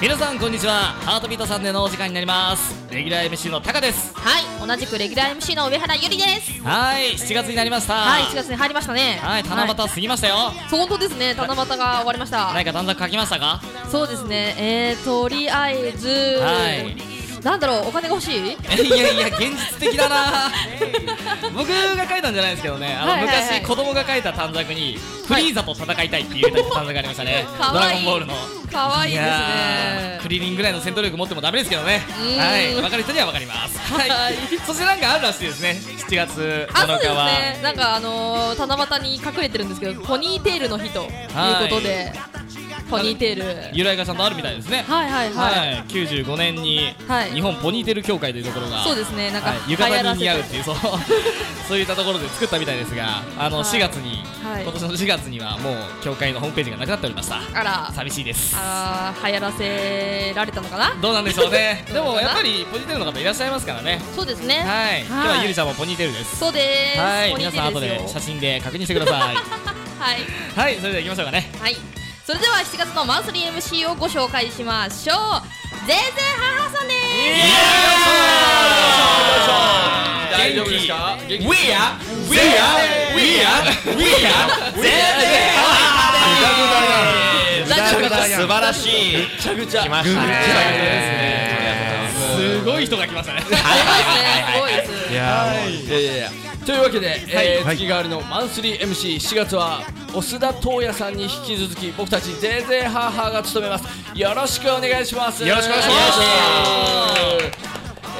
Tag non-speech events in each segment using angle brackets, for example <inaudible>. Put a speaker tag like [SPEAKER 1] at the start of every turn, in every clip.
[SPEAKER 1] 皆さんこんにちはハートビートサンデーのお時間になりますレギュラー MC のタカです
[SPEAKER 2] はい、同じくレギュラー MC の上原ゆりです。
[SPEAKER 1] はい7月になりました
[SPEAKER 2] はい、1月に入りましたね。
[SPEAKER 1] はい七夕過ぎましたよ、
[SPEAKER 2] はいそう本当ですね、七夕が終わりました。
[SPEAKER 1] 何か短冊書きましたか <laughs>
[SPEAKER 2] そうですね、えー、とりあえず、
[SPEAKER 1] はい
[SPEAKER 2] なんだろう、お金が欲しい
[SPEAKER 1] いやいや現実的だ
[SPEAKER 2] <laughs>
[SPEAKER 1] な僕が書いたんじゃないですけどねあの、
[SPEAKER 2] はいはいはい
[SPEAKER 1] 昔子供が書いた短冊にフリーザと戦いたいっていう短冊がありましたね
[SPEAKER 2] か
[SPEAKER 1] ド
[SPEAKER 2] わ
[SPEAKER 1] ラ
[SPEAKER 2] い
[SPEAKER 1] ゴ
[SPEAKER 2] い
[SPEAKER 1] ンボールの
[SPEAKER 2] かわいいです
[SPEAKER 1] やーク
[SPEAKER 2] ね。
[SPEAKER 1] リリンぐらいの戦闘力持ってもダメですけどね
[SPEAKER 2] ん
[SPEAKER 1] はい分かる人には分かりますはい、
[SPEAKER 2] はい
[SPEAKER 1] そしてなんかあるらしいですね7月
[SPEAKER 2] あ、
[SPEAKER 1] 7
[SPEAKER 2] そうで
[SPEAKER 1] 日
[SPEAKER 2] す
[SPEAKER 1] は、
[SPEAKER 2] ね、なんかあのー、七夕に隠れてるんですけど、ポニーテールの日ということで、ポニーテール。
[SPEAKER 1] 由来がちゃんとあるみたいですね
[SPEAKER 2] はいはいはい。
[SPEAKER 1] はい、95年に
[SPEAKER 2] はい
[SPEAKER 1] 日本ポニーテール協会というところが、
[SPEAKER 2] そうですね、なんか、
[SPEAKER 1] はい、浴衣に似合うっ
[SPEAKER 2] 流行らせ
[SPEAKER 1] ていうそう <laughs> そういったところで作ったみたいですがあの
[SPEAKER 2] はい
[SPEAKER 1] 4月に、
[SPEAKER 2] はい
[SPEAKER 1] 今年の4月にはもう協会のホームページがなくなっておりました
[SPEAKER 2] あら、
[SPEAKER 1] 寂しいです
[SPEAKER 2] あー流行らせられたのかな
[SPEAKER 1] どうなんでしょうねで
[SPEAKER 2] <laughs> どうかな
[SPEAKER 1] もやっぱりポニーテールの方いらっしゃいますからね
[SPEAKER 2] そうですね。
[SPEAKER 1] はい、今日はゆりちゃんもポニーテールです
[SPEAKER 2] そうです。
[SPEAKER 1] はい
[SPEAKER 2] ポニ
[SPEAKER 1] 皆
[SPEAKER 2] ーテ
[SPEAKER 1] さん
[SPEAKER 2] ー
[SPEAKER 1] 後
[SPEAKER 2] <laughs> ル
[SPEAKER 1] です写
[SPEAKER 2] よ
[SPEAKER 1] 真で確認してくだ
[SPEAKER 2] <laughs>
[SPEAKER 1] さい
[SPEAKER 2] はい。
[SPEAKER 1] はいそれでは行きましょうかね
[SPEAKER 2] はい。それでは7月のマンスリー MC をご紹介しましょう。全然母さんで
[SPEAKER 1] イエ
[SPEAKER 3] 大丈夫ですか元気
[SPEAKER 1] We are We are We are We are 全然
[SPEAKER 2] す。ラジオが
[SPEAKER 3] 素晴らしいぐっちゃぐちゃ来ましたね
[SPEAKER 1] すごい人が来ましたね
[SPEAKER 2] すごいですね。すごいです。
[SPEAKER 3] いやいやいやというわけで、えー月替わりのマンスリー MC7 月は押田東也さんに引き続き僕たちぜいぜいハーハーが務めますよろしくお願いします
[SPEAKER 1] よろしくお願いします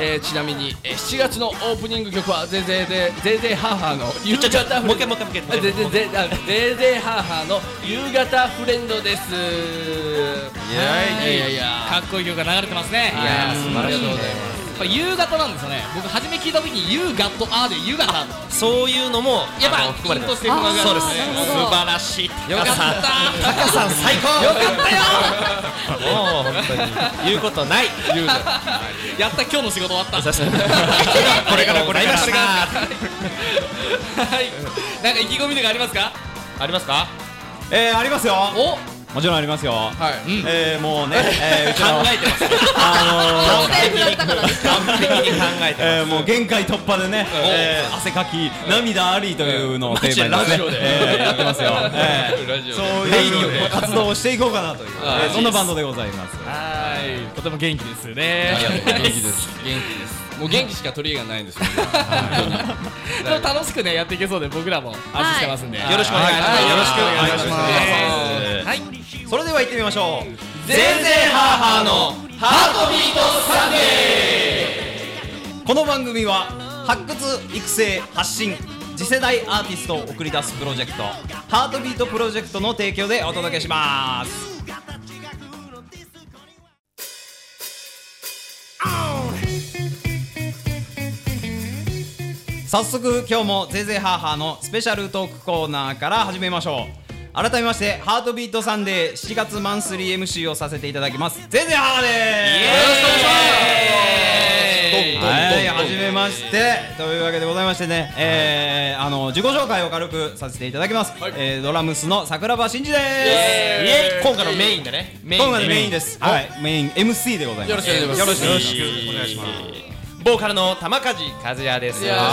[SPEAKER 3] えーちなみに、えー7月のオープニング曲はぜいぜいでぜいぜいハーハーの夕
[SPEAKER 4] ちょちょ
[SPEAKER 3] 方フレンド
[SPEAKER 4] もう一回もう一回もう一回もう一回
[SPEAKER 3] ぜいぜいぜいあぜいぜいハーハーの夕方フレンドですいやいやいや
[SPEAKER 1] かっこいい曲が流れてますね
[SPEAKER 3] いやー素晴らしいね
[SPEAKER 1] ありがとうございますやっぱ夕方なんですよね僕初め聞いた時に「夕方と「あ」で夕方
[SPEAKER 4] そういうのも
[SPEAKER 1] やっ
[SPEAKER 4] あの
[SPEAKER 1] ぱ
[SPEAKER 4] 含まれ
[SPEAKER 1] ピン
[SPEAKER 4] て
[SPEAKER 1] として
[SPEAKER 4] ます
[SPEAKER 1] るのが
[SPEAKER 2] あー
[SPEAKER 4] そうです
[SPEAKER 2] なるほど
[SPEAKER 4] 素晴らしい
[SPEAKER 1] よかった
[SPEAKER 4] タカさん最高
[SPEAKER 1] よかったよ
[SPEAKER 4] もう本当に言うことない言うこ
[SPEAKER 1] やった今日の仕事終わった
[SPEAKER 4] これからこれから
[SPEAKER 1] はいなんか意気込みとかありますか
[SPEAKER 4] ありますかえー、ありますよ
[SPEAKER 1] お
[SPEAKER 4] もちろんありますよ
[SPEAKER 3] はい
[SPEAKER 4] えー、 <laughs> もうね、えー、うちの考えてます
[SPEAKER 2] 顔
[SPEAKER 4] あ
[SPEAKER 2] が良くなったからです。
[SPEAKER 4] のー、完璧に考えてます、えー、もう限界突破でね、えー、汗かき涙ありというのをテーマにですね、えー、やって <laughs> ますよ、えー、
[SPEAKER 3] ラジオ
[SPEAKER 4] そう
[SPEAKER 3] で
[SPEAKER 4] いう活動をしていこうかなという、えー、そんなバンドでございます
[SPEAKER 1] はいとても元気ですよね
[SPEAKER 3] 元気です元気ですもう元気しか取り柄がないんですよ
[SPEAKER 1] でも楽しくねやっていけそうで僕らも安心してますんで
[SPEAKER 4] よろしくお願いします、
[SPEAKER 1] はい
[SPEAKER 4] よろしくお願いし
[SPEAKER 1] は
[SPEAKER 4] ます、
[SPEAKER 1] いはい
[SPEAKER 4] それでは行ってみましょう
[SPEAKER 3] 全然ハーハーの
[SPEAKER 4] この番組は発掘育成発信次世代アーティストを送り出すプロジェクト「ハートビートプロジェクト」の提供でお届けします早速今日も「ぜいぜいハーハー」のスペシャルトークコーナーから始めましょう改めまして「ハートビートサンデー」7月マンスリー MC をさせていただきますぜいぜいハーハーです
[SPEAKER 1] エーイ
[SPEAKER 4] はい、はじめましてというわけでございましてね、えー、あの自己紹介を軽くさせていただきます、えー、ドラムスの桜庭真二です
[SPEAKER 3] エーイ
[SPEAKER 4] 今回のメインだね今回のメインですはい、メイン MC でございます
[SPEAKER 3] よろしくお願いします
[SPEAKER 4] よろしくお願いしますボーカルの玉梶和也ですよ
[SPEAKER 2] 黙っ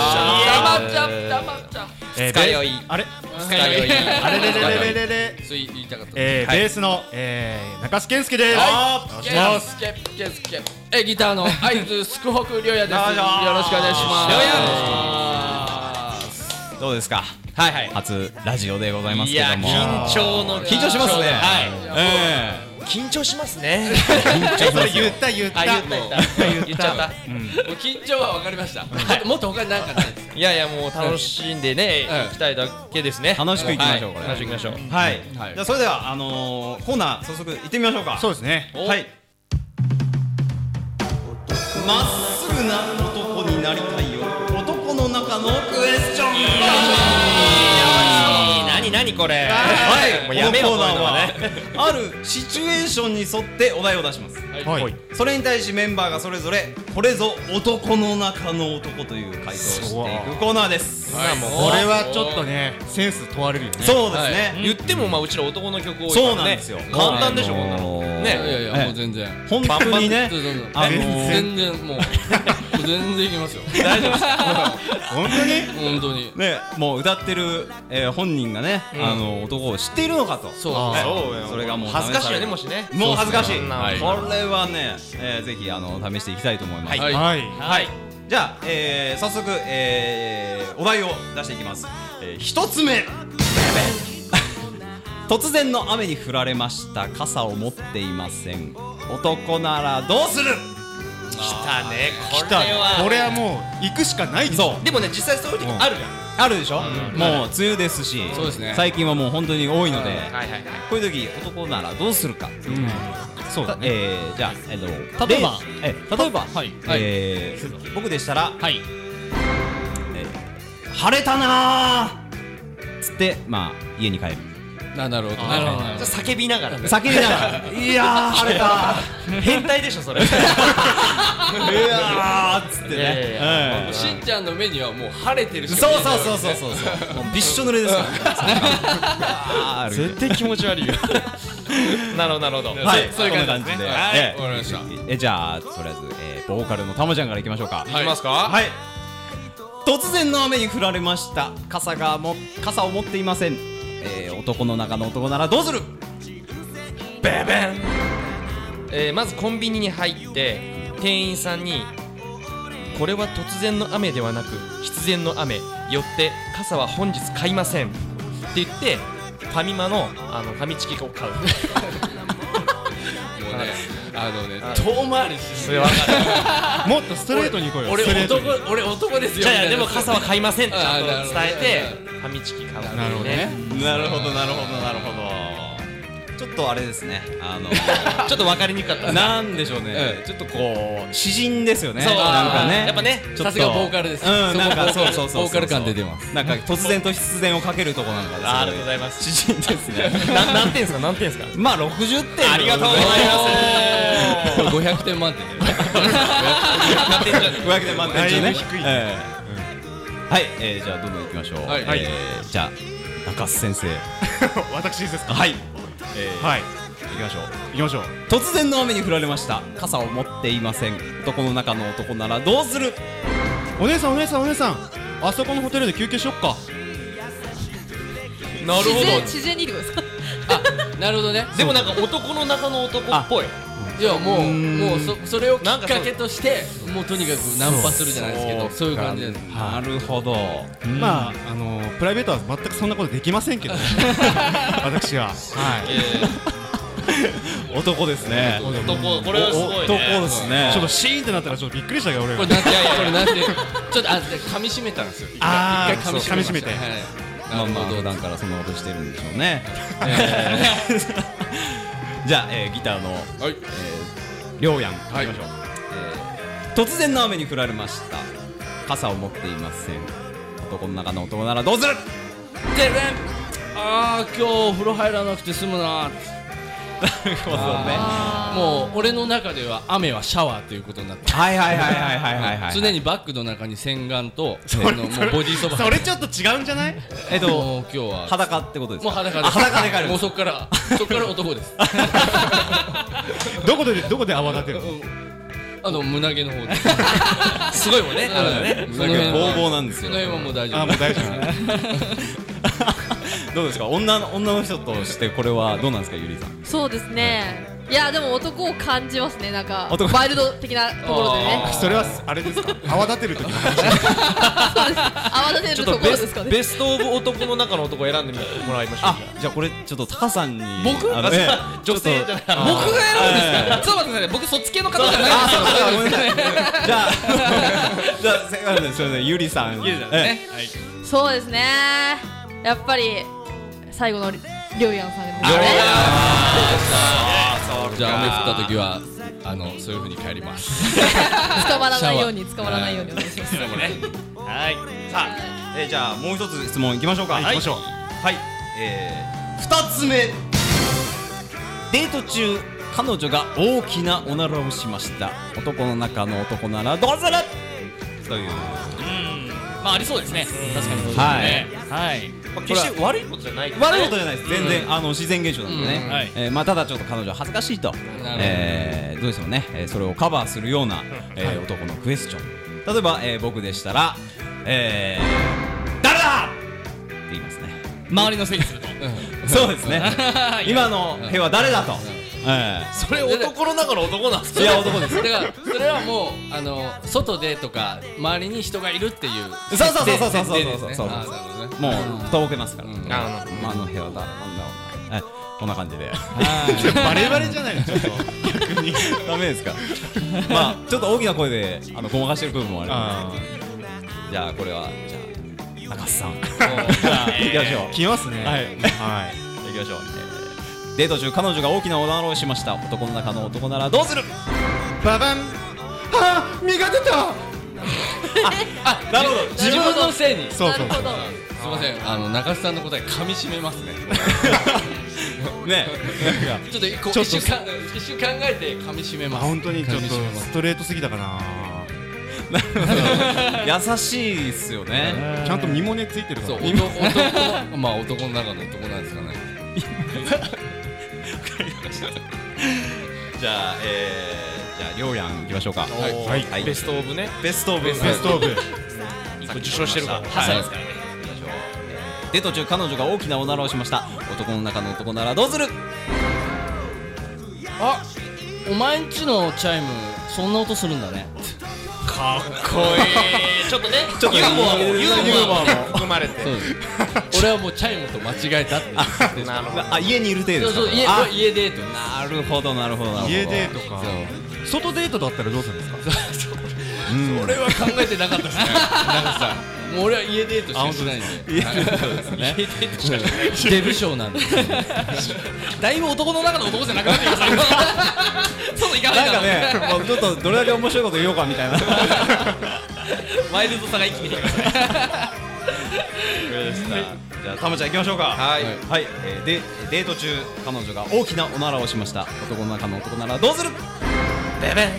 [SPEAKER 2] ちゃう、黙っちゃう。
[SPEAKER 5] え
[SPEAKER 4] 二
[SPEAKER 5] ー
[SPEAKER 4] 日酔
[SPEAKER 5] ベ
[SPEAKER 4] い
[SPEAKER 5] あれ
[SPEAKER 1] 二日酔い
[SPEAKER 5] あれれれれれれれ
[SPEAKER 3] それ言いたかった
[SPEAKER 5] えーベースの、えー、中須健介です。お願いします。
[SPEAKER 3] ケプケプケプえギターの会津スクホクりょうやですよろしくお願いします
[SPEAKER 4] りょう
[SPEAKER 3] や
[SPEAKER 4] どうですか
[SPEAKER 3] はいはい
[SPEAKER 4] 初ラジオでございます
[SPEAKER 3] い
[SPEAKER 4] け
[SPEAKER 3] や緊
[SPEAKER 4] ども
[SPEAKER 3] 張の
[SPEAKER 4] 緊張しますね
[SPEAKER 3] はい
[SPEAKER 4] え
[SPEAKER 6] 緊張しますね。
[SPEAKER 5] えそれ言った言った。
[SPEAKER 3] あ言った言った言っちゃった
[SPEAKER 5] うん
[SPEAKER 3] もう緊張はわかりましたもっと他になんかないですか
[SPEAKER 6] いやいやもう楽しんでね、
[SPEAKER 3] うん
[SPEAKER 6] 行きたいだけですね。
[SPEAKER 4] ー楽しくいきましょう、
[SPEAKER 6] はい
[SPEAKER 4] これ
[SPEAKER 6] 楽しく行きましょう。
[SPEAKER 5] はい。
[SPEAKER 3] はい
[SPEAKER 4] じゃあそれではあのー、コーナー早速行ってみましょうか
[SPEAKER 5] そうですね。
[SPEAKER 4] はい。まっすぐな男になりたいよ。男の中のクエスチョン。
[SPEAKER 6] なになにこれ。
[SPEAKER 4] はい。 <laughs>
[SPEAKER 6] もうやめよう
[SPEAKER 4] このコーナーは
[SPEAKER 6] こういうのはね。
[SPEAKER 4] あるシチュエーションに沿ってお題を出します。
[SPEAKER 5] はい。はい。
[SPEAKER 4] それに対しメンバーがそれぞれこれぞ男の中の男という回答をしていくコーナーです。
[SPEAKER 3] はい
[SPEAKER 5] これはちょっとね、センス問われるよね。
[SPEAKER 4] そうです
[SPEAKER 3] は
[SPEAKER 4] ね。
[SPEAKER 6] 言ってもまあうちら男の曲多いからね。
[SPEAKER 4] そうなんですよ
[SPEAKER 6] 簡単でしょこんなの。
[SPEAKER 4] あのー
[SPEAKER 3] いやい
[SPEAKER 6] ね
[SPEAKER 4] え
[SPEAKER 3] や
[SPEAKER 4] え
[SPEAKER 3] もう全然
[SPEAKER 4] 本当にね
[SPEAKER 3] 全然
[SPEAKER 4] あのー
[SPEAKER 3] 全然もうもう全然いきますよ
[SPEAKER 6] 大丈夫です
[SPEAKER 5] 本当に
[SPEAKER 3] 本当に
[SPEAKER 4] ねもう歌ってる、えー本人がね、あの男を知っているのか
[SPEAKER 3] そう
[SPEAKER 4] と
[SPEAKER 3] ですね
[SPEAKER 5] そうよ
[SPEAKER 4] それがもう試
[SPEAKER 6] 恥ずかしいよね
[SPEAKER 4] され
[SPEAKER 6] もしね
[SPEAKER 4] もう恥ずかしい、
[SPEAKER 6] そうですね
[SPEAKER 4] はい
[SPEAKER 6] は
[SPEAKER 4] これはね、えーぜひあの試していきたいと思います、
[SPEAKER 3] はい
[SPEAKER 5] はい
[SPEAKER 6] はい
[SPEAKER 4] じゃあ、えー早速、えーお題を出していきます、えー一つ目 <laughs> 突然の雨に降られました傘を持っていません男ならどうする
[SPEAKER 6] 来たねこ
[SPEAKER 5] 来
[SPEAKER 6] れ
[SPEAKER 5] た
[SPEAKER 6] は
[SPEAKER 5] これはもう行くしかないでしょ
[SPEAKER 4] う
[SPEAKER 6] でもね実際そういう時あるじゃん
[SPEAKER 4] あるでしょ、もう梅雨ですし
[SPEAKER 3] そうですね
[SPEAKER 4] 最近はもう本当に多いので、
[SPEAKER 6] はいはいはい
[SPEAKER 4] こういう時男ならどうするか、そうだね、えーじゃあ、えっと
[SPEAKER 1] 例えば
[SPEAKER 4] 例え例えば、
[SPEAKER 1] はい
[SPEAKER 4] えー僕でしたら「
[SPEAKER 1] はい
[SPEAKER 4] 晴れたなー」つってまあ家に帰る
[SPEAKER 3] ななるほどね
[SPEAKER 1] なるほど
[SPEAKER 6] じゃあ叫びながらね
[SPEAKER 4] 叫びな
[SPEAKER 6] <laughs>
[SPEAKER 4] がら「いやー晴れた
[SPEAKER 6] 変態でしょそれ
[SPEAKER 4] ーいやー」つってね
[SPEAKER 6] いやいやいや
[SPEAKER 4] ええ
[SPEAKER 3] しんちゃんの目にはもう晴れてるし
[SPEAKER 4] そうそう
[SPEAKER 3] う
[SPEAKER 4] そうそうそうそうもうびっしょ濡れです <laughs> からねあー歩いて
[SPEAKER 6] 対気持ち悪いよなるほどなるほど
[SPEAKER 4] はい
[SPEAKER 3] そういう
[SPEAKER 4] こんな
[SPEAKER 3] 感
[SPEAKER 4] 感
[SPEAKER 3] じ
[SPEAKER 4] じ
[SPEAKER 3] で
[SPEAKER 4] で
[SPEAKER 3] ね
[SPEAKER 4] すえ
[SPEAKER 3] はい
[SPEAKER 4] え
[SPEAKER 3] わかりました
[SPEAKER 4] えじゃあとりあえず、えーボーカルのたまちゃんからいきましょうか
[SPEAKER 6] いきますか
[SPEAKER 4] はい突然の雨に降られました傘がも傘を持っていません、えー男の中の男ならどうする
[SPEAKER 6] えーまずコンビニに入って店員さんにこれは突然の雨ではなく必然の雨よって傘は本日買いませんって言ってファミマのあのファミチキを
[SPEAKER 3] <laughs>
[SPEAKER 6] 買う
[SPEAKER 3] もうねあのね遠回りし
[SPEAKER 6] それは分かる
[SPEAKER 5] もっとストレートに行こうよ
[SPEAKER 3] 俺
[SPEAKER 5] ストレートに
[SPEAKER 3] 男俺男ですよ
[SPEAKER 6] じゃあい
[SPEAKER 3] みた
[SPEAKER 6] やで
[SPEAKER 3] いな
[SPEAKER 6] も傘は買いませんってちゃんと
[SPEAKER 3] あーなるほ
[SPEAKER 6] 伝
[SPEAKER 3] ど
[SPEAKER 6] えてファミチキ買う
[SPEAKER 5] なるほどね
[SPEAKER 4] なるほどなるほどなるほどちょっとあれですねあの
[SPEAKER 6] <laughs> ちょっと分かりにくかったです
[SPEAKER 4] なんでしょうね、ちょっとこう詩人ですよね
[SPEAKER 6] そう
[SPEAKER 4] なんかね
[SPEAKER 6] やっぱね
[SPEAKER 4] ちょっと
[SPEAKER 3] さすがボーカルです
[SPEAKER 4] うんなん
[SPEAKER 3] そ
[SPEAKER 4] かそ
[SPEAKER 3] ボ
[SPEAKER 4] うう
[SPEAKER 3] ーカル
[SPEAKER 4] そうそうそう
[SPEAKER 3] ボーカル感出てます
[SPEAKER 4] なんか突然と必然をかけるとこなんか
[SPEAKER 6] あーありがとうございます
[SPEAKER 4] 詩人ですね
[SPEAKER 6] <laughs> な何点ですか何点ですか
[SPEAKER 4] まあ60点
[SPEAKER 6] ありがとうございます
[SPEAKER 3] これ500点満点だよね
[SPEAKER 4] <laughs>
[SPEAKER 6] 何点じゃ
[SPEAKER 4] 500点満点中
[SPEAKER 5] だ
[SPEAKER 4] ね
[SPEAKER 5] いぶ低
[SPEAKER 4] え
[SPEAKER 5] い
[SPEAKER 4] えはい、えー、じゃあどんどん行きましょう
[SPEAKER 3] はい
[SPEAKER 4] えー、じゃあ中須先生
[SPEAKER 5] 私ですか
[SPEAKER 4] はい、えー、
[SPEAKER 5] はい
[SPEAKER 4] 行きましょう
[SPEAKER 5] 行きましょう
[SPEAKER 4] 突然の雨に降られました傘を持っていません男の中の男ならどうする
[SPEAKER 5] お姉さんお姉さんお姉さんあそこのホテルで休憩しよっか
[SPEAKER 6] なる
[SPEAKER 2] 自然自然にってことですか
[SPEAKER 3] なるほどね
[SPEAKER 6] でもなんか男の中の男っぽい
[SPEAKER 3] いやもうもうそそれをきっかけとしてもうとにかくナンパするじゃないですけどそういう感じです
[SPEAKER 4] なるほど
[SPEAKER 5] まああのプライベートは全くそんなことできませ
[SPEAKER 4] <laughs>
[SPEAKER 5] んけどね私ははい
[SPEAKER 4] 男ですね
[SPEAKER 6] 男これはすごい
[SPEAKER 4] 男
[SPEAKER 6] ね
[SPEAKER 4] ですね
[SPEAKER 5] ちょっとシーンってなったらちょっとびっくりしたけど俺
[SPEAKER 3] これ
[SPEAKER 5] は
[SPEAKER 3] なんてこれなん
[SPEAKER 6] <laughs>
[SPEAKER 3] てちょっとあで噛み締めたんですよ
[SPEAKER 5] あー
[SPEAKER 3] 一回噛み締めました
[SPEAKER 4] まあ
[SPEAKER 3] はいなる
[SPEAKER 4] まあ
[SPEAKER 3] ほど
[SPEAKER 4] 普段からそんなことしてるんでしょうね、えー <laughs> じゃあ、えー、ギターの
[SPEAKER 3] はい
[SPEAKER 4] りょうやん
[SPEAKER 3] はい行きましょ
[SPEAKER 4] えー突然の雨に降られました傘を持っていません男の中の男ならどうする
[SPEAKER 3] であー今日お風呂入らなくて済むなーもう俺の中では雨はシャワーということになって
[SPEAKER 4] はいはいはいはいはいはいはい
[SPEAKER 3] 常にバッグの中に洗顔とあのもうボディーソープ
[SPEAKER 5] それちょっと違うんじゃない
[SPEAKER 4] えっと
[SPEAKER 3] もう今日は
[SPEAKER 4] 裸ってことです
[SPEAKER 3] もう
[SPEAKER 4] か
[SPEAKER 3] 裸で
[SPEAKER 4] あ
[SPEAKER 3] す
[SPEAKER 4] 裸で帰る
[SPEAKER 3] もうそっからそっから男です
[SPEAKER 5] どこでどこで泡立てるの
[SPEAKER 3] あの胸毛の方です
[SPEAKER 6] ごいもんね
[SPEAKER 3] あのね
[SPEAKER 4] なんかボーボーなんですよ
[SPEAKER 3] その辺はもう大丈
[SPEAKER 5] あ
[SPEAKER 3] 夫
[SPEAKER 5] もう大丈夫
[SPEAKER 4] どうですか女の女の人としてこれはどうなんですかゆりさん
[SPEAKER 2] そうですねいやでも男を感じますねなんか
[SPEAKER 4] 男
[SPEAKER 2] ワイルド的なところでね
[SPEAKER 5] それはあれですか <laughs> 泡立てる時の話
[SPEAKER 2] そうです泡立て
[SPEAKER 6] ちょ
[SPEAKER 2] る
[SPEAKER 6] っ
[SPEAKER 2] と
[SPEAKER 6] と
[SPEAKER 2] ころ
[SPEAKER 6] ベ
[SPEAKER 2] ですか
[SPEAKER 6] ス
[SPEAKER 2] ね
[SPEAKER 6] ベストオブ男の中の男を選んでもらいましょう
[SPEAKER 4] あじゃあこれちょっとタカさんに
[SPEAKER 3] 僕
[SPEAKER 4] あのね
[SPEAKER 6] 女性じゃない
[SPEAKER 3] 僕が選ぶんですかちょっと待ってくださいね僕そっち系の方じゃないです
[SPEAKER 4] あそうか
[SPEAKER 3] よ
[SPEAKER 4] ごめんなさいじゃあ <laughs> じゃあせあのすいませんゆりさんええ
[SPEAKER 2] そうですねやっぱり最後のりょうやんさんですね
[SPEAKER 3] じゃあ雨降った時はあのそういう風に帰ります
[SPEAKER 2] 捕まらないよう
[SPEAKER 3] シ
[SPEAKER 2] に
[SPEAKER 3] ャワー
[SPEAKER 2] 捕まらないようにお願いします
[SPEAKER 6] はい
[SPEAKER 4] さあえーじゃあもう一つ質問いきましょうか
[SPEAKER 5] 行きましょう
[SPEAKER 4] はい、えー、2つ目デート中彼女が大きなおならをしました男の中の男ならどうするという
[SPEAKER 1] まあありそうですね確かにそうですね
[SPEAKER 4] はい
[SPEAKER 1] はい
[SPEAKER 4] まあ、決して悪いことじゃない悪いことじゃないです全然、あの自然現象なんでね、
[SPEAKER 3] うんはい
[SPEAKER 4] えーまあ、ただちょっと彼女は恥ずかしいと、
[SPEAKER 3] ほど
[SPEAKER 4] えーどうでしょうね、えーそれをカバーするような、えー男のクエスチョン例えば、えー僕でしたら「えー、誰だ!」って言いますね
[SPEAKER 1] 周りのせいにすると
[SPEAKER 4] そうです <laughs> ね今の兵は誰だと、えー
[SPEAKER 3] それ男の中の男なんです
[SPEAKER 4] いや男です
[SPEAKER 3] だからそれはもうあの外でとか周りに人がいるっていう
[SPEAKER 4] そうそうそうそうそう
[SPEAKER 3] 設定ですね
[SPEAKER 4] そうそうそう
[SPEAKER 3] あーなるほどね
[SPEAKER 4] もうとぼけますから、
[SPEAKER 3] ん
[SPEAKER 6] あの
[SPEAKER 4] 今の兵は誰なんだお前、えーこんな感じで
[SPEAKER 5] バレバレじゃないのちょっと
[SPEAKER 4] <laughs> ダメです <laughs> かまあちょっと大きな声であのごまかしてる部分もあります
[SPEAKER 5] あ
[SPEAKER 4] じゃあこれはじゃあ中須 <laughs> さん行きましょ
[SPEAKER 5] ー来ます
[SPEAKER 4] <laughs>
[SPEAKER 5] ね
[SPEAKER 4] はい
[SPEAKER 5] はいう
[SPEAKER 4] 行きましょう、えーデート中彼女が大きなおならをしました男の中の男ならどうする
[SPEAKER 5] ババンあー身が出た
[SPEAKER 4] なるほど
[SPEAKER 3] 自分のせいに
[SPEAKER 5] そうそう
[SPEAKER 2] なるほど
[SPEAKER 3] すみません、あの中須さんの答え噛み締めますね。
[SPEAKER 4] <laughs> ね
[SPEAKER 3] ちょっと一個
[SPEAKER 5] ちょ
[SPEAKER 3] 一
[SPEAKER 5] っと
[SPEAKER 3] 瞬か一瞬考えて噛み締め
[SPEAKER 5] まあ
[SPEAKER 3] ます。
[SPEAKER 5] 本当にちょっと
[SPEAKER 3] 噛み締めます
[SPEAKER 5] ストレートすぎたかな
[SPEAKER 4] 優しいっすよね
[SPEAKER 5] ちゃんと身もねついてるか
[SPEAKER 3] そう
[SPEAKER 5] ら
[SPEAKER 3] 男男 <laughs> まあ男の中の男なんですかね。
[SPEAKER 4] じゃあえー、じゃありょうやん行きましょうか
[SPEAKER 6] はい
[SPEAKER 5] はい
[SPEAKER 4] はい
[SPEAKER 6] ベストオブね
[SPEAKER 4] ベストオブベ
[SPEAKER 5] ベストオブ
[SPEAKER 6] 受賞してるから
[SPEAKER 4] 8歳ですからね、行きましょうえーデート中彼女が大きなおならをしました男の中の男ならどうする
[SPEAKER 1] あお前んちのチャイムそんな音するんだね
[SPEAKER 6] かっこいいちょっとね
[SPEAKER 4] ちょっと
[SPEAKER 6] ユーモアもユ
[SPEAKER 4] ユー
[SPEAKER 6] ーモ
[SPEAKER 4] モ
[SPEAKER 6] ア
[SPEAKER 4] アも
[SPEAKER 6] も含まれて
[SPEAKER 3] そうです。俺はもうチャイムと間違えた <laughs> っていう。
[SPEAKER 6] なるほど
[SPEAKER 4] あ家にいる程度
[SPEAKER 3] そうそう
[SPEAKER 4] です
[SPEAKER 3] 家
[SPEAKER 4] かあ
[SPEAKER 3] 家デートです。
[SPEAKER 4] なるほどなるほどなるほど
[SPEAKER 5] 家デートか外デートだったらどうするんですか
[SPEAKER 3] 俺は考えてなかったですね。中須さん。もう俺は家デートしかしてないんで。家デートですね。デブ賞なんで。
[SPEAKER 1] だいぶ男の中の男じゃなくなってきましたよそういかない
[SPEAKER 4] なんかね、もうちょっとどれだけ面白いこと言おうかみたいな。
[SPEAKER 1] ワイルドさが一気に出てきました
[SPEAKER 4] じゃあ、たまちゃん行きましょうか。はい。はい、えーで、デート中、彼女が大きなおならをしました。男の中の男ならどうする
[SPEAKER 6] ベベン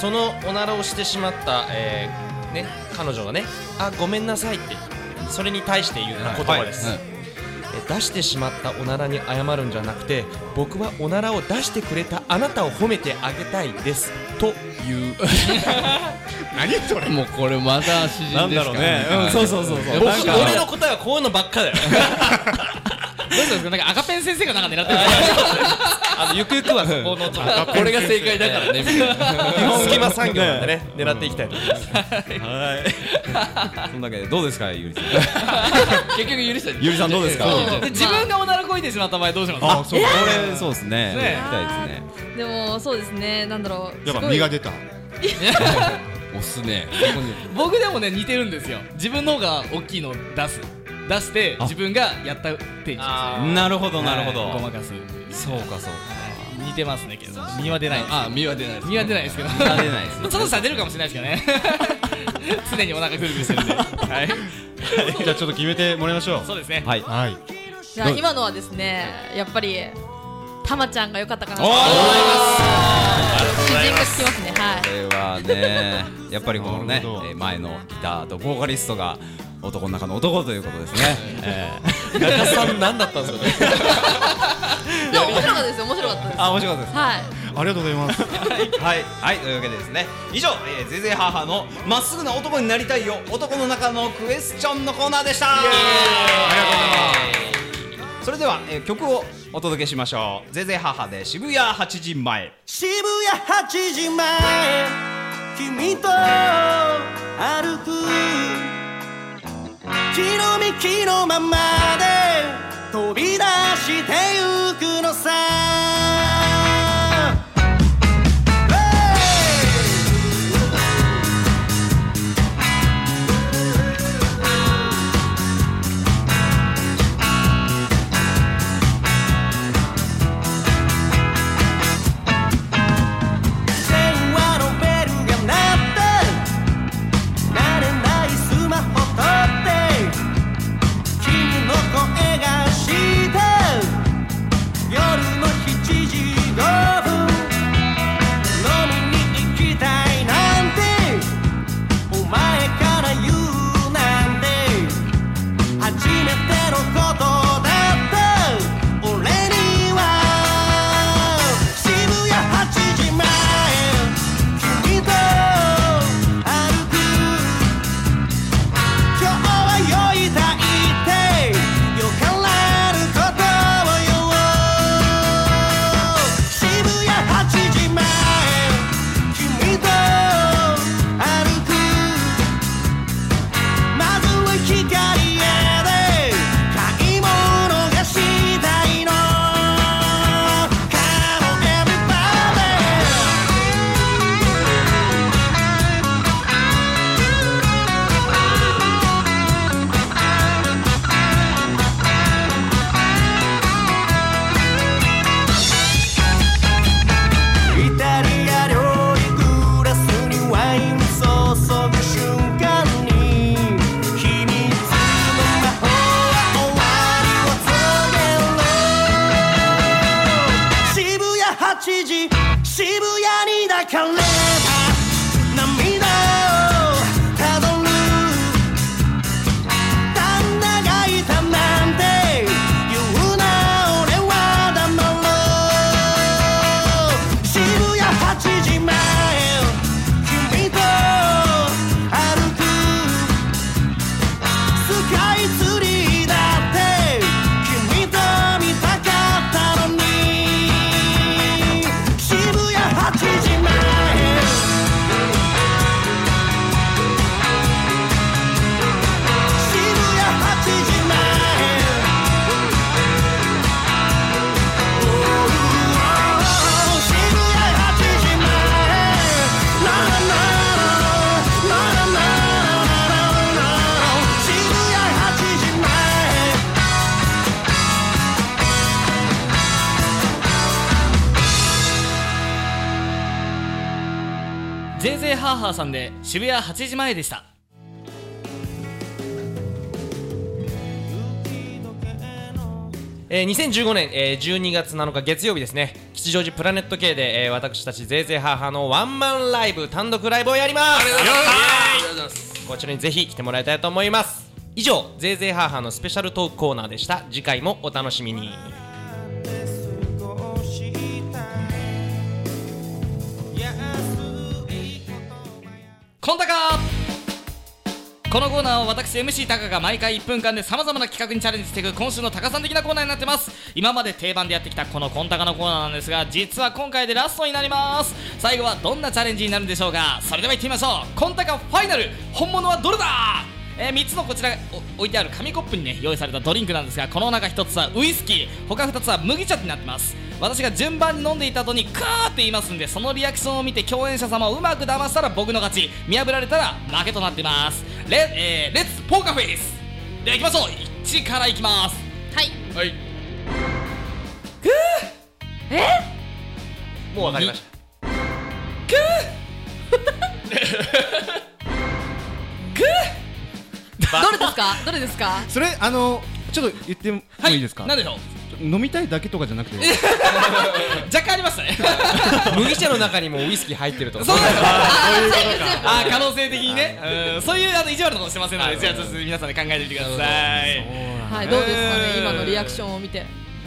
[SPEAKER 6] そのおならをしてしまった、えーね、彼女がね「あごめんなさい」ってそれに対して言う言葉です、
[SPEAKER 3] はい
[SPEAKER 6] えー出してしまったおならに謝るんじゃなくて僕はおならを出してくれたあなたを褒めてあげたいですという
[SPEAKER 5] 何それ
[SPEAKER 3] もうこれまた詩人ですから
[SPEAKER 4] うん、そうそうそうそう。
[SPEAKER 3] 僕
[SPEAKER 4] なんか
[SPEAKER 6] 俺の答えはこういうのばっかだよ
[SPEAKER 1] どうしたんですかなんか赤ペン先生がなんか狙ってる
[SPEAKER 6] あのゆくゆくはここのとこ
[SPEAKER 3] これが正解だからね。みたいな
[SPEAKER 1] <laughs>
[SPEAKER 6] 隙間産業なんでね狙っていきたいと思います
[SPEAKER 4] はい。 <laughs> そんだけで、どうですか、ゆりさん。
[SPEAKER 3] 結局許した。
[SPEAKER 4] ゆりさんどうですか。
[SPEAKER 3] そう
[SPEAKER 1] で自分がおならこいてしまった場合どうしますか
[SPEAKER 5] あそうか
[SPEAKER 4] これ、そうですね。
[SPEAKER 1] ね
[SPEAKER 4] 行きたいですね。
[SPEAKER 2] でもそうですねなんだろう
[SPEAKER 5] やっ
[SPEAKER 2] す
[SPEAKER 5] ぱ
[SPEAKER 2] ごい
[SPEAKER 5] 身が出た
[SPEAKER 3] 押すね。
[SPEAKER 1] 僕でもね似てるんですよ自分の方が大きいのを出す出して自分がやったって
[SPEAKER 6] あ
[SPEAKER 4] なるほど、なるほ
[SPEAKER 1] ごま
[SPEAKER 4] ど。
[SPEAKER 1] かす
[SPEAKER 4] そうか、そうか。
[SPEAKER 1] 似てますねけど身は出ない
[SPEAKER 3] あ、身は出ないです。
[SPEAKER 1] 身は出ないですけど
[SPEAKER 4] 身は出ないですね
[SPEAKER 1] ちょっとしたら出るかもしれないですけどね <laughs> 常にお腹くるくるしてるんではい
[SPEAKER 5] <laughs> じゃあちょっと決めてもらいましょう
[SPEAKER 1] そうですね
[SPEAKER 4] はい。
[SPEAKER 5] はい
[SPEAKER 2] じゃあ今のはですねやっぱりたまちゃんが良かったかなと
[SPEAKER 4] おー
[SPEAKER 2] 自信がつきますねはい
[SPEAKER 4] これはね、やっぱりこの
[SPEAKER 5] な
[SPEAKER 4] ね、え
[SPEAKER 5] るほど
[SPEAKER 4] ー前のギターとボーカリストが男の中の男ということですね。えー
[SPEAKER 6] 中さん何だったんですかね
[SPEAKER 2] でも面白かったですよ面白かったです
[SPEAKER 4] あ、面白かったです。
[SPEAKER 2] はい
[SPEAKER 5] ありがとうございます
[SPEAKER 4] はい、はい、というわけでですね以上「えー、ぜいぜいはーはーのまっすぐな男になりたいよ男の中のクエスチョン」のコーナーでしたそれでは、えー曲をお届けしましょう「ぜいぜいはーはーで渋谷8時前
[SPEAKER 7] 渋谷8時前君と歩く気のみ気のままで飛び出してゆくのさ Hey! 電話のベルが鳴って慣れないスマホ取って君の声がして夜の光
[SPEAKER 1] ハーハーさんで渋谷8時前でした
[SPEAKER 6] えー2015年、えー12月7日月曜日ですね吉祥寺プラネット K で、えー私たちぜいぜいハーハーのワンマンライブ単独ライブをやりますこちらにぜひ来てもらいたいと思います以上ぜいぜいハーハーのスペシャルトークコーナーでした次回もお楽しみに
[SPEAKER 1] コンタカこのコーナーは私 MC タカが毎回1分間でさまざまな企画にチャレンジしていく今週のタカさん的なコーナーになってます今まで定番でやってきたこのコンタカのコーナーなんですが実は今回でラストになります最後はどんなチャレンジになるんでしょうかそれでは行ってみましょうコンタカファイナル本物はどれだえ3つのこちらお置いてある紙コップにね用意されたドリンクなんですがこの中1つはウイスキー他2つは麦茶になってます私が順番に飲んでいた後にクーって言いますんでそのリアクションを見て共演者様をうまく騙したら僕の勝ち見破られたら負けとなっていますレ,、えーレッツポーカーフェイスでは行きましょう1からいきます
[SPEAKER 8] はい
[SPEAKER 4] はい
[SPEAKER 8] え
[SPEAKER 6] もう分かりました
[SPEAKER 8] どれですかどれですか
[SPEAKER 5] それあのちょっと言ってもいいですか、
[SPEAKER 1] 何でしょう
[SPEAKER 5] ちょっと飲みたいだけとかじゃなくて
[SPEAKER 1] 若干ありましたね <laughs>
[SPEAKER 6] 麦茶の中にもウイスキー入ってると
[SPEAKER 1] そうなんですよ
[SPEAKER 8] あ全部全部
[SPEAKER 1] あー可能性的にねうんそういうあの意地悪なことしてませんのでじゃあちょっと皆さんで考えてみてください
[SPEAKER 8] はいどうですか
[SPEAKER 1] え
[SPEAKER 8] ね
[SPEAKER 1] ー
[SPEAKER 8] 今のリアクションを見て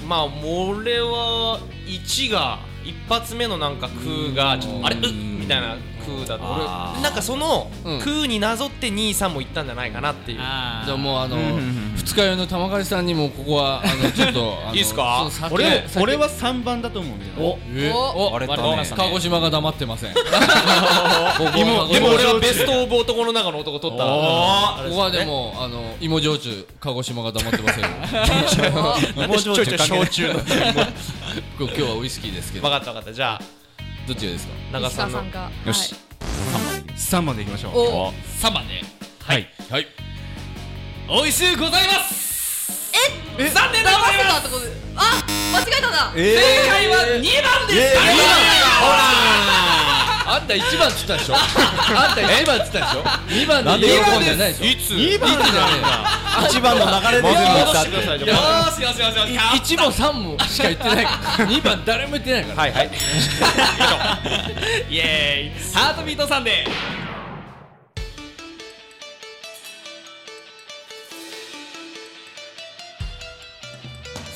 [SPEAKER 6] まあ俺は1が一発目のなんか空がちょっとあれうっみたいな空だと俺なんかその
[SPEAKER 4] うん
[SPEAKER 6] 空になぞって兄さんも行ったんじゃないかなっていう
[SPEAKER 1] あー
[SPEAKER 4] じゃあもうあの二日酔いの玉狩さんにもここはあのちょっといいですか
[SPEAKER 5] 俺俺は3番だと思うんだよね
[SPEAKER 4] えお
[SPEAKER 9] 割れたね
[SPEAKER 4] 割れましたね鹿児島が黙ってませんここは
[SPEAKER 6] でも
[SPEAKER 4] こ
[SPEAKER 6] 俺はベストオブ男の中の男取ったあれ
[SPEAKER 4] こはでもあの芋焼酎鹿児島が黙ってません
[SPEAKER 6] もうちょいちょい焼酎の
[SPEAKER 4] 今日はウイスキーですけど
[SPEAKER 6] 分
[SPEAKER 4] ど
[SPEAKER 6] かった分かったじゃあ
[SPEAKER 4] っちがですか
[SPEAKER 6] 長
[SPEAKER 8] 石川
[SPEAKER 6] さんの
[SPEAKER 8] さんが
[SPEAKER 5] よし3番でいきましょう
[SPEAKER 8] はいお
[SPEAKER 5] は
[SPEAKER 1] 3番で
[SPEAKER 5] い
[SPEAKER 4] はい
[SPEAKER 1] 美味しゅうございます
[SPEAKER 5] え
[SPEAKER 1] 残念なが
[SPEAKER 8] 騙
[SPEAKER 1] ら
[SPEAKER 8] せたってことであ間違えたんだ
[SPEAKER 5] え
[SPEAKER 1] 正解は2番です、
[SPEAKER 4] あんた一番っつったでしょあんた一番っつったでしょ二番
[SPEAKER 5] なん
[SPEAKER 4] で
[SPEAKER 5] で
[SPEAKER 4] 喜んじゃないでしょ
[SPEAKER 6] いつ
[SPEAKER 5] 2番
[SPEAKER 4] いつじゃねえよ
[SPEAKER 9] 一番の流れで
[SPEAKER 6] 戻してくださいじゃあ
[SPEAKER 1] よーしよしよしよしよし
[SPEAKER 4] 1も3もしか言ってないから2番誰も言ってないから
[SPEAKER 6] はいはい
[SPEAKER 4] <laughs>
[SPEAKER 1] イエーイハートビートさんで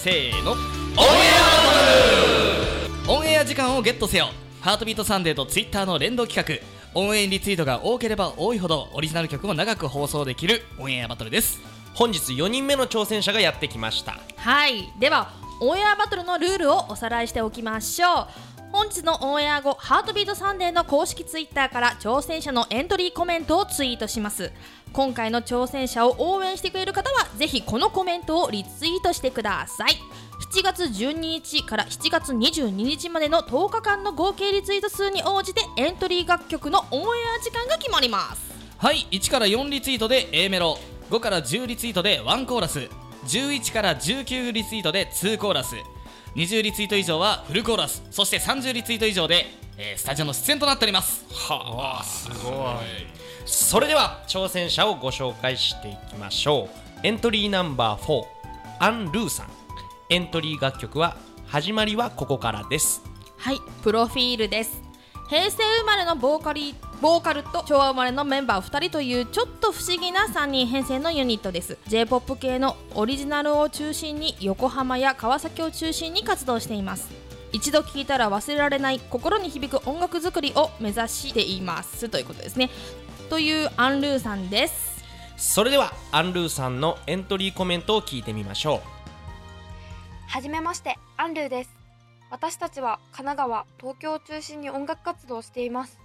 [SPEAKER 1] せーのオンエアオンエア時間をゲットせよハートビートサンデーとツイッターの連動企画オンエアリツイートが多ければ多いほどオリジナル曲を長く放送できるオンエアバトルです
[SPEAKER 6] 本日4人目の挑戦者がやってきました
[SPEAKER 2] はいではオンエアバトルのルールをおさらいしておきましょう本日のオンエア後「ハートビートサンデー」の公式ツイッターから挑戦者のエントリーコメントをツイートします今回の挑戦者を応援してくれる方はぜひこのコメントをリツイートしてください7月12日から7月22日までの10日間の合計リツイート数に応じてエントリー楽曲のオンエア時間が決まります
[SPEAKER 1] はい1から4リツイートで A メロ5から10リツイートで1コーラス11から19リツイートで2コーラス20リツイート以上はフルコーラスそして30リツイート以上で、えースタジオの出演となっております
[SPEAKER 6] はあすごいそれでは挑戦者をご紹介していきましょうエントリーナンバー4アン・ルーさんエントリー楽曲は「始まりはここから」です
[SPEAKER 2] はい、プロフィールです。平成生まれのボーカリボーカルと昭和生まれのメンバー2人というちょっと不思議な3人編成のユニットです J-POP 系のオリジナルを中心に横浜や川崎を中心に活動しています一度聴いたら忘れられない心に響く音楽作りを目指していますということですねというアンルーさんです
[SPEAKER 6] それではアン・ルーさんのエントリーコメントを聞いてみましょ
[SPEAKER 10] はじめまして、アンルーです。私たちは神奈川、東京を中心に音楽活動をしています。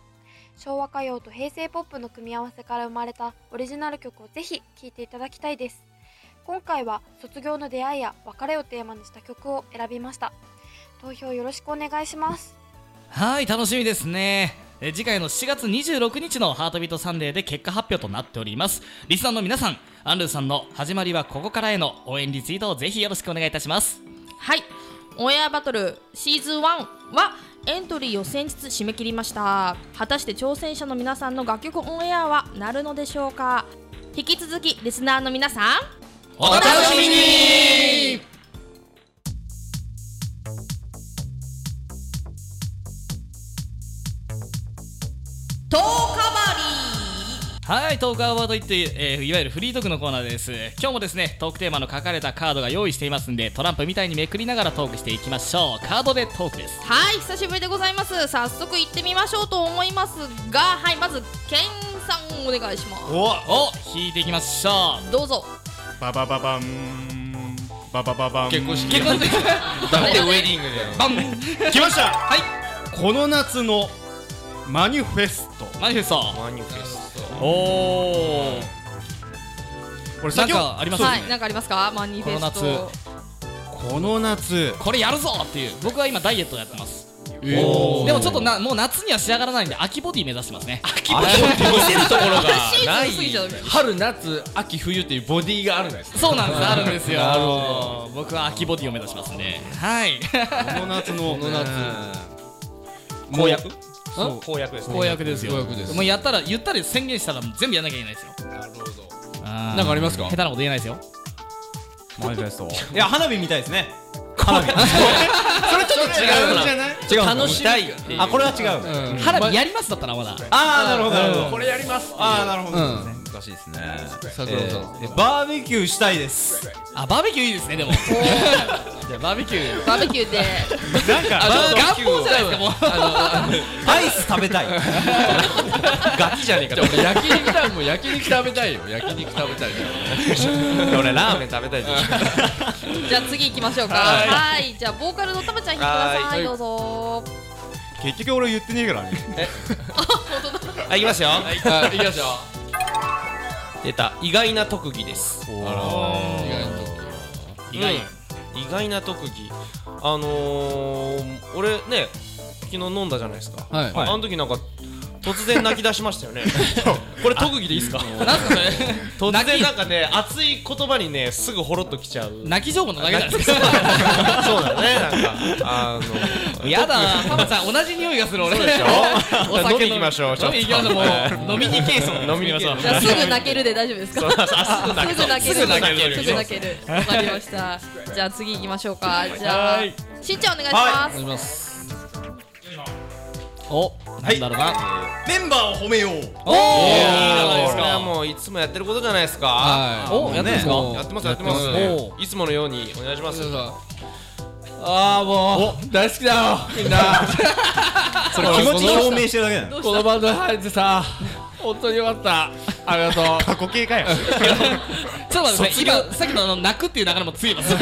[SPEAKER 10] 昭和歌謡と平成ポップの組み合わせから生まれたオリジナル曲をぜひ聴いていただきたいです。今回は卒業の出会いや別れをテーマにした曲を選びました。投票よろしくお願いします。
[SPEAKER 1] はい楽しみですねえー次回の7月26日の「ハートビートサンデー」で結果発表となっておりますリスナーの皆さんアンルーさんの「始まりはここから」への応援リツイートをぜひよろしくお願いいたします
[SPEAKER 2] はい
[SPEAKER 11] オンエアバトルシーズン1はエントリーを先日締め切りました果たして挑戦者の皆さんの楽曲オンエアはなるのでしょうか引き続きリスナーの皆さん
[SPEAKER 1] お楽しみに
[SPEAKER 11] トーカバ
[SPEAKER 1] はい、トークアワードいって、えーいわゆるフリートークのコーナーです。今日もですね、トークテーマの書かれたカードが用意していますんで、トランプみたいにめくりながらトークしていきましょう。カードでトークです。
[SPEAKER 11] リーはい久しぶりでございます早速行ってみましょうと思いますがはいまずケンさんお願いします
[SPEAKER 5] お
[SPEAKER 1] を引いていきましょう。
[SPEAKER 11] どうぞ
[SPEAKER 5] ババババンババババン
[SPEAKER 6] 結婚式
[SPEAKER 1] 結婚式
[SPEAKER 6] なんでウェディングだよ
[SPEAKER 1] バン
[SPEAKER 5] 来ましたはいこの夏のマニフェスト
[SPEAKER 1] マニフェスト。
[SPEAKER 6] マニフェスト
[SPEAKER 1] おー。な
[SPEAKER 5] これ
[SPEAKER 1] ん
[SPEAKER 5] 先ほど
[SPEAKER 1] かあります
[SPEAKER 11] はい何かありますかマニフェス
[SPEAKER 1] この
[SPEAKER 11] ト
[SPEAKER 5] この夏
[SPEAKER 1] これやるぞっていう。僕は今ダイエットをやってます。
[SPEAKER 6] お
[SPEAKER 1] でもちょっとな、もう夏には仕上がらないんで、秋ボディ目指してますね。秋ボデ
[SPEAKER 6] 見せるところが
[SPEAKER 11] シ
[SPEAKER 6] な
[SPEAKER 11] ー
[SPEAKER 6] い
[SPEAKER 11] ズン過ぎちゃうね
[SPEAKER 3] 春夏秋冬っていうボディがあるんです
[SPEAKER 1] そうなんです、あるんです
[SPEAKER 3] <laughs>
[SPEAKER 1] よ。
[SPEAKER 3] なるほ
[SPEAKER 1] 僕は秋ボディを目指しますんで。はい。
[SPEAKER 5] この夏のこの夏
[SPEAKER 6] 公約
[SPEAKER 5] そ
[SPEAKER 6] 公約です
[SPEAKER 1] 公約ですよ。
[SPEAKER 3] 公約です
[SPEAKER 1] もうやったら、言ったり宣言したら、全部やんなきゃいけないですよ。なるほど。な
[SPEAKER 3] なんかありますか
[SPEAKER 1] 下手なこと言えないですよ。
[SPEAKER 4] マニフェストいや花火みたいですね花火
[SPEAKER 3] ちょっと違うな
[SPEAKER 4] 違う
[SPEAKER 3] 楽しみ
[SPEAKER 6] たいっていう
[SPEAKER 4] あこれは違う、あ
[SPEAKER 3] うん
[SPEAKER 1] 花火やりますだったらまだ。
[SPEAKER 4] あーなるほどなるほど
[SPEAKER 3] これやります
[SPEAKER 4] ああなるほど、
[SPEAKER 3] うん
[SPEAKER 4] 難しいですね
[SPEAKER 3] 桜子さん
[SPEAKER 4] えーバーベキューしたいです
[SPEAKER 1] あ、バーベキューいいですね、でも。 <laughs> じゃあバーベキュー。
[SPEAKER 2] バーベキューで
[SPEAKER 4] なんか
[SPEAKER 1] 願望じゃないですか、もう。
[SPEAKER 4] アイス食べたいガキじゃねえ
[SPEAKER 3] じゃあ俺焼肉だもう焼肉食べたいよ焼肉食べたいよ
[SPEAKER 4] 俺ラーメン食べた
[SPEAKER 6] <laughs>
[SPEAKER 4] いです
[SPEAKER 2] じゃあ次行きましょうか
[SPEAKER 11] はい
[SPEAKER 2] はいじゃあボーカルのたまちゃん引いてくださ
[SPEAKER 11] はいいどうぞ
[SPEAKER 5] 結局俺言ってねえからね
[SPEAKER 6] はい、いきますよ
[SPEAKER 3] はい行きましょ
[SPEAKER 6] 出た意外な特技です
[SPEAKER 3] う意外と
[SPEAKER 6] 意外、意外な特技あのー、俺ね昨日飲んだじゃないですか
[SPEAKER 3] はい
[SPEAKER 6] あの時なんか突然泣き出しました
[SPEAKER 3] <laughs>
[SPEAKER 6] よねこれ特技でいいですか
[SPEAKER 1] <laughs> なんすかね。
[SPEAKER 6] 突然なんかね熱い言葉にねすぐほろっときちゃう
[SPEAKER 1] 泣き上手の投げ <laughs> じゃないで
[SPEAKER 3] <laughs>
[SPEAKER 1] すか。
[SPEAKER 6] そうだねなんかあの
[SPEAKER 1] やだな、パパさん、同じ匂いがする俺。
[SPEAKER 6] そうでしょ
[SPEAKER 1] <laughs> お酒
[SPEAKER 6] 飲みに行きましょうちょ
[SPEAKER 1] 飲
[SPEAKER 6] っと
[SPEAKER 1] みに行きましょう、もう。
[SPEAKER 6] <laughs>
[SPEAKER 1] 飲みに行けそう。
[SPEAKER 6] 飲みに行けそう
[SPEAKER 1] 飲
[SPEAKER 2] じゃあすぐ泣けるで大丈夫ですかすぐ泣ける
[SPEAKER 1] すぐ泣ける
[SPEAKER 2] すぐ泣けるわかりましたじゃあ次行きましょうかじゃあ
[SPEAKER 1] はい
[SPEAKER 2] しんちゃんお願いします
[SPEAKER 3] お願いします
[SPEAKER 1] お、なんだろうな。
[SPEAKER 4] メンバーを褒めよう
[SPEAKER 1] おー、いいじゃないで
[SPEAKER 6] こ
[SPEAKER 1] す
[SPEAKER 6] れは
[SPEAKER 1] か。
[SPEAKER 6] もういつもやってることじゃないですか
[SPEAKER 3] はい
[SPEAKER 1] お、やってますか
[SPEAKER 3] もうね
[SPEAKER 6] やってますやってますいつものようにお願いします
[SPEAKER 3] ああもう大好きだよみんなそれ
[SPEAKER 4] 気持ち表明してるだけなの
[SPEAKER 3] このバンドに入ってさ本当によかったありがとう
[SPEAKER 5] <laughs> 過去形かよ
[SPEAKER 1] ちょっと待ってください、今、さっきのあの泣くっていう流れもついます。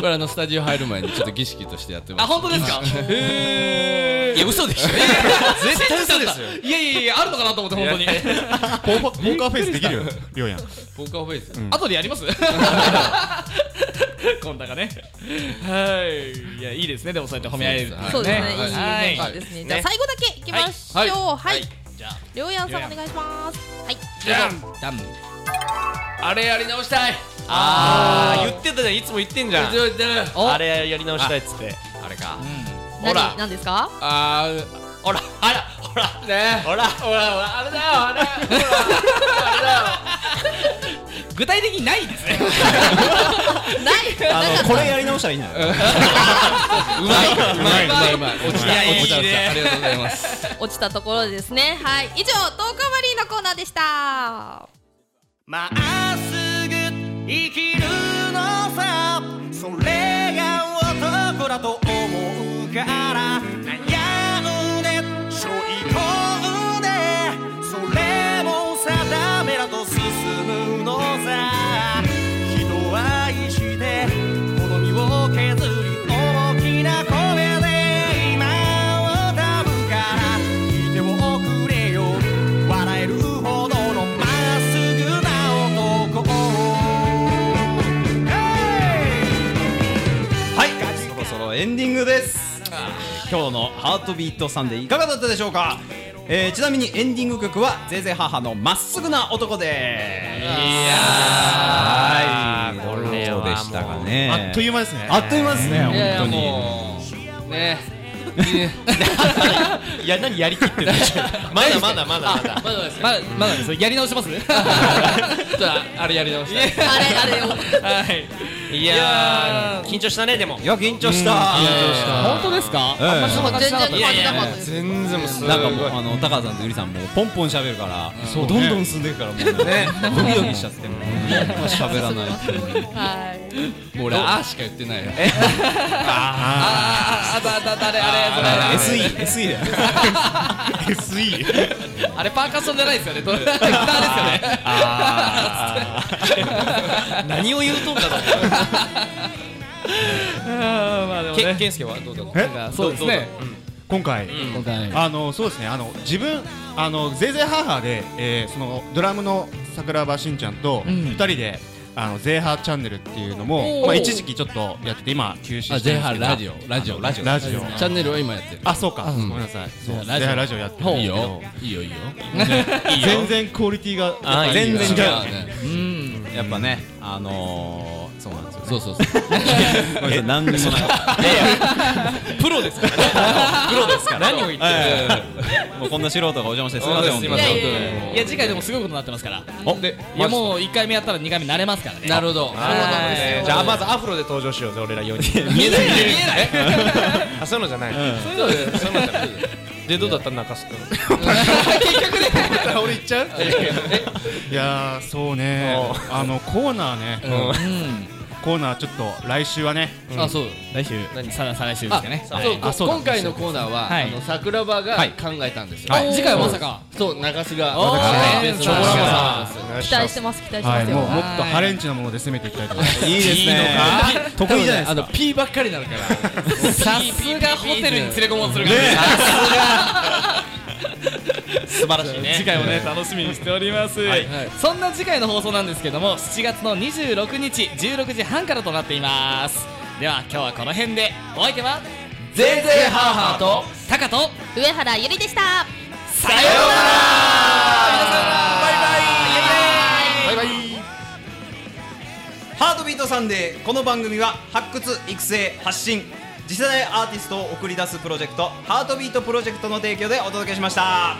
[SPEAKER 3] これあのスタジオ入る前にちょっと儀式としてやってます
[SPEAKER 1] あ、本当ですか。へえ。いや、嘘でしょ。絶対嘘ですよ。いやいやいや、あるのかなと思って、本当に。
[SPEAKER 5] ポーポーカーフェイスできるよりょうやん
[SPEAKER 3] ポーカーフェイス
[SPEAKER 1] 後でやります <laughs> 今度がねはいいやいいですねでもそうやって褒め合える
[SPEAKER 3] はい
[SPEAKER 2] そうですね、
[SPEAKER 3] はい
[SPEAKER 2] いい
[SPEAKER 1] はい
[SPEAKER 2] メンバーですね、じゃあ
[SPEAKER 1] ね
[SPEAKER 2] 最後だけいきましょうはい、
[SPEAKER 1] じゃあ
[SPEAKER 2] りょうやんさんお願いしますはい
[SPEAKER 1] じゃんじゃん
[SPEAKER 3] あれやり直したい
[SPEAKER 6] あー言ってたじゃんいつも言ってんじゃん
[SPEAKER 3] 言ってる
[SPEAKER 6] あれやり直したいっつってあれかほら
[SPEAKER 2] 何何です <laughs> か
[SPEAKER 3] あー
[SPEAKER 6] ほらあらほら
[SPEAKER 3] ね
[SPEAKER 6] ほら
[SPEAKER 3] ほらほらあれだよあれ
[SPEAKER 1] 具体的にないですね
[SPEAKER 2] ない
[SPEAKER 4] あのこれやり直したらいいんじゃないう
[SPEAKER 3] まいうまいうまいうまい落ち
[SPEAKER 1] <laughs> いや
[SPEAKER 3] た
[SPEAKER 1] いいね
[SPEAKER 3] 落ちた落ちたありがとうございます
[SPEAKER 2] 落ちたところでですねはい以上トークアバリーのコーナーでした
[SPEAKER 7] まっすぐ生きるのさそれが男だと思うから悩んでしょい込んでそれも定めだと進むのさ人を愛して好みを削り大きな声で今を歌うから聞いておくれよ笑えるほどのまっすぐな男 Hey!
[SPEAKER 4] はいそろそろエンディングです今日の「ハートビートサンデー」いかがだったでしょうかえーちなみにエンディング曲は「ぜいぜい母のまっすぐな男」ですはいこれはでしたかね
[SPEAKER 5] あっという間ですね
[SPEAKER 4] あっという間ですね、
[SPEAKER 3] いやいや
[SPEAKER 4] 本当に
[SPEAKER 3] もう <laughs> ね
[SPEAKER 6] <laughs> いや何やりきってるまだまだまだまだ
[SPEAKER 3] まだです
[SPEAKER 1] まだまだですやり直
[SPEAKER 3] <laughs>
[SPEAKER 1] します
[SPEAKER 3] ちょっとああれやり直して
[SPEAKER 2] あれあれを
[SPEAKER 6] いやー緊張したねでも
[SPEAKER 4] いや緊張した
[SPEAKER 1] 本当ですか
[SPEAKER 4] ええ
[SPEAKER 2] 全然感じなかったです
[SPEAKER 6] 全然もうすごい
[SPEAKER 4] なんかもうあの高橋さんとゆりさんもうポンポン喋るから、もうどんどん進んでいくからもうねドキドキしちゃってもう喋らない
[SPEAKER 2] はい
[SPEAKER 3] もう俺あーしか言ってないよ
[SPEAKER 1] あーあだだだれあれそれ
[SPEAKER 4] SE SE だよ
[SPEAKER 5] SE
[SPEAKER 1] あれパーカッションじゃないですよねドラギターですよね
[SPEAKER 4] あ
[SPEAKER 6] 何を言うとんだと <laughs> 思
[SPEAKER 1] あーまあでも
[SPEAKER 6] ってけ
[SPEAKER 1] ね
[SPEAKER 6] けんすけはどうだろう
[SPEAKER 5] え
[SPEAKER 1] なんかそうですね
[SPEAKER 5] 今回、
[SPEAKER 1] 今回
[SPEAKER 5] あのそうですねあの自分あのぜいぜいハーハーで、えーそのドラムの桜庭しんちゃんと
[SPEAKER 1] うん
[SPEAKER 5] 二人で、あのゼイハーチャンネルっていうのも、まあ、一時期ちょっとやってて今休止してるんです
[SPEAKER 3] 前
[SPEAKER 5] けど
[SPEAKER 3] 半ラジオラジオラジ
[SPEAKER 5] ラジ
[SPEAKER 3] チ
[SPEAKER 5] オ
[SPEAKER 3] ャンネルを今やってる
[SPEAKER 5] あそうか、
[SPEAKER 3] うん
[SPEAKER 5] ごめんなさいそう
[SPEAKER 3] ゼ
[SPEAKER 5] ゼ
[SPEAKER 3] イハー
[SPEAKER 5] イハー
[SPEAKER 3] ラ
[SPEAKER 5] ラ
[SPEAKER 3] ジオ
[SPEAKER 5] ジオやってるん
[SPEAKER 3] いい
[SPEAKER 5] ですけど
[SPEAKER 3] よいいよいいよ
[SPEAKER 5] <laughs> 全然クオリティが
[SPEAKER 4] あー全然違う
[SPEAKER 3] ね
[SPEAKER 4] ーやっぱねあのー、そうなんですよ
[SPEAKER 3] そうそうそう
[SPEAKER 4] ごめんなさい何にもない
[SPEAKER 6] プロですからねプロですから何を言ってる
[SPEAKER 4] ええもうこんな素人がお邪魔してすいません
[SPEAKER 6] すい
[SPEAKER 4] 本
[SPEAKER 6] ま
[SPEAKER 4] 当
[SPEAKER 6] せ
[SPEAKER 2] いやい
[SPEAKER 6] ん
[SPEAKER 4] に
[SPEAKER 2] やい
[SPEAKER 1] いや次回でもすごいことになってますから
[SPEAKER 4] おで
[SPEAKER 1] いやもう1回目やったら2回目慣れますからね
[SPEAKER 3] なるほど
[SPEAKER 6] はいじゃあまずアフロで登場しようぜ俺ら4人 <laughs> 見えない見えないあそういうのじゃないそういうのそういうのじゃないでどうだった中須君 <laughs>
[SPEAKER 5] 俺行っちゃういやーそうねあのコーナーね、コーナーちょっと来週はね
[SPEAKER 3] あそう
[SPEAKER 5] 来週
[SPEAKER 1] 何さら再来週ですかね
[SPEAKER 3] そうこ
[SPEAKER 5] あそうだ
[SPEAKER 3] 今回のコーナーは、
[SPEAKER 1] はい
[SPEAKER 3] あの桜庭が考えたんですよ、
[SPEAKER 1] おー次回はまさか
[SPEAKER 3] そう中洲が
[SPEAKER 1] おー
[SPEAKER 3] 私がイベントの
[SPEAKER 1] チョコラボ
[SPEAKER 2] 期待してます期待して
[SPEAKER 5] は
[SPEAKER 2] ま
[SPEAKER 5] い
[SPEAKER 2] す
[SPEAKER 5] もう
[SPEAKER 2] よ
[SPEAKER 5] もっとハレンチなもので攻めていきたいと思います
[SPEAKER 4] いいですね得意じゃないです
[SPEAKER 3] あ
[SPEAKER 4] か
[SPEAKER 3] の P ばっかりになるから
[SPEAKER 1] さすがホテルに連れ込もうとするからね
[SPEAKER 6] 素晴らしいね
[SPEAKER 1] 次回もね楽しみにしております、そんな次回の放送なんですけども7月の26日16時半からとなっていますでは今日はこの辺でお相手は
[SPEAKER 3] 全然ハーハーと
[SPEAKER 1] タカと
[SPEAKER 2] 上原ゆりでした
[SPEAKER 1] さようなら
[SPEAKER 3] バイバイ
[SPEAKER 4] ハートビートサンデーこの番組は発掘育成発信次世代アーティストを送り出すプロジェクトハートビートプロジェクトの提供でお届けしました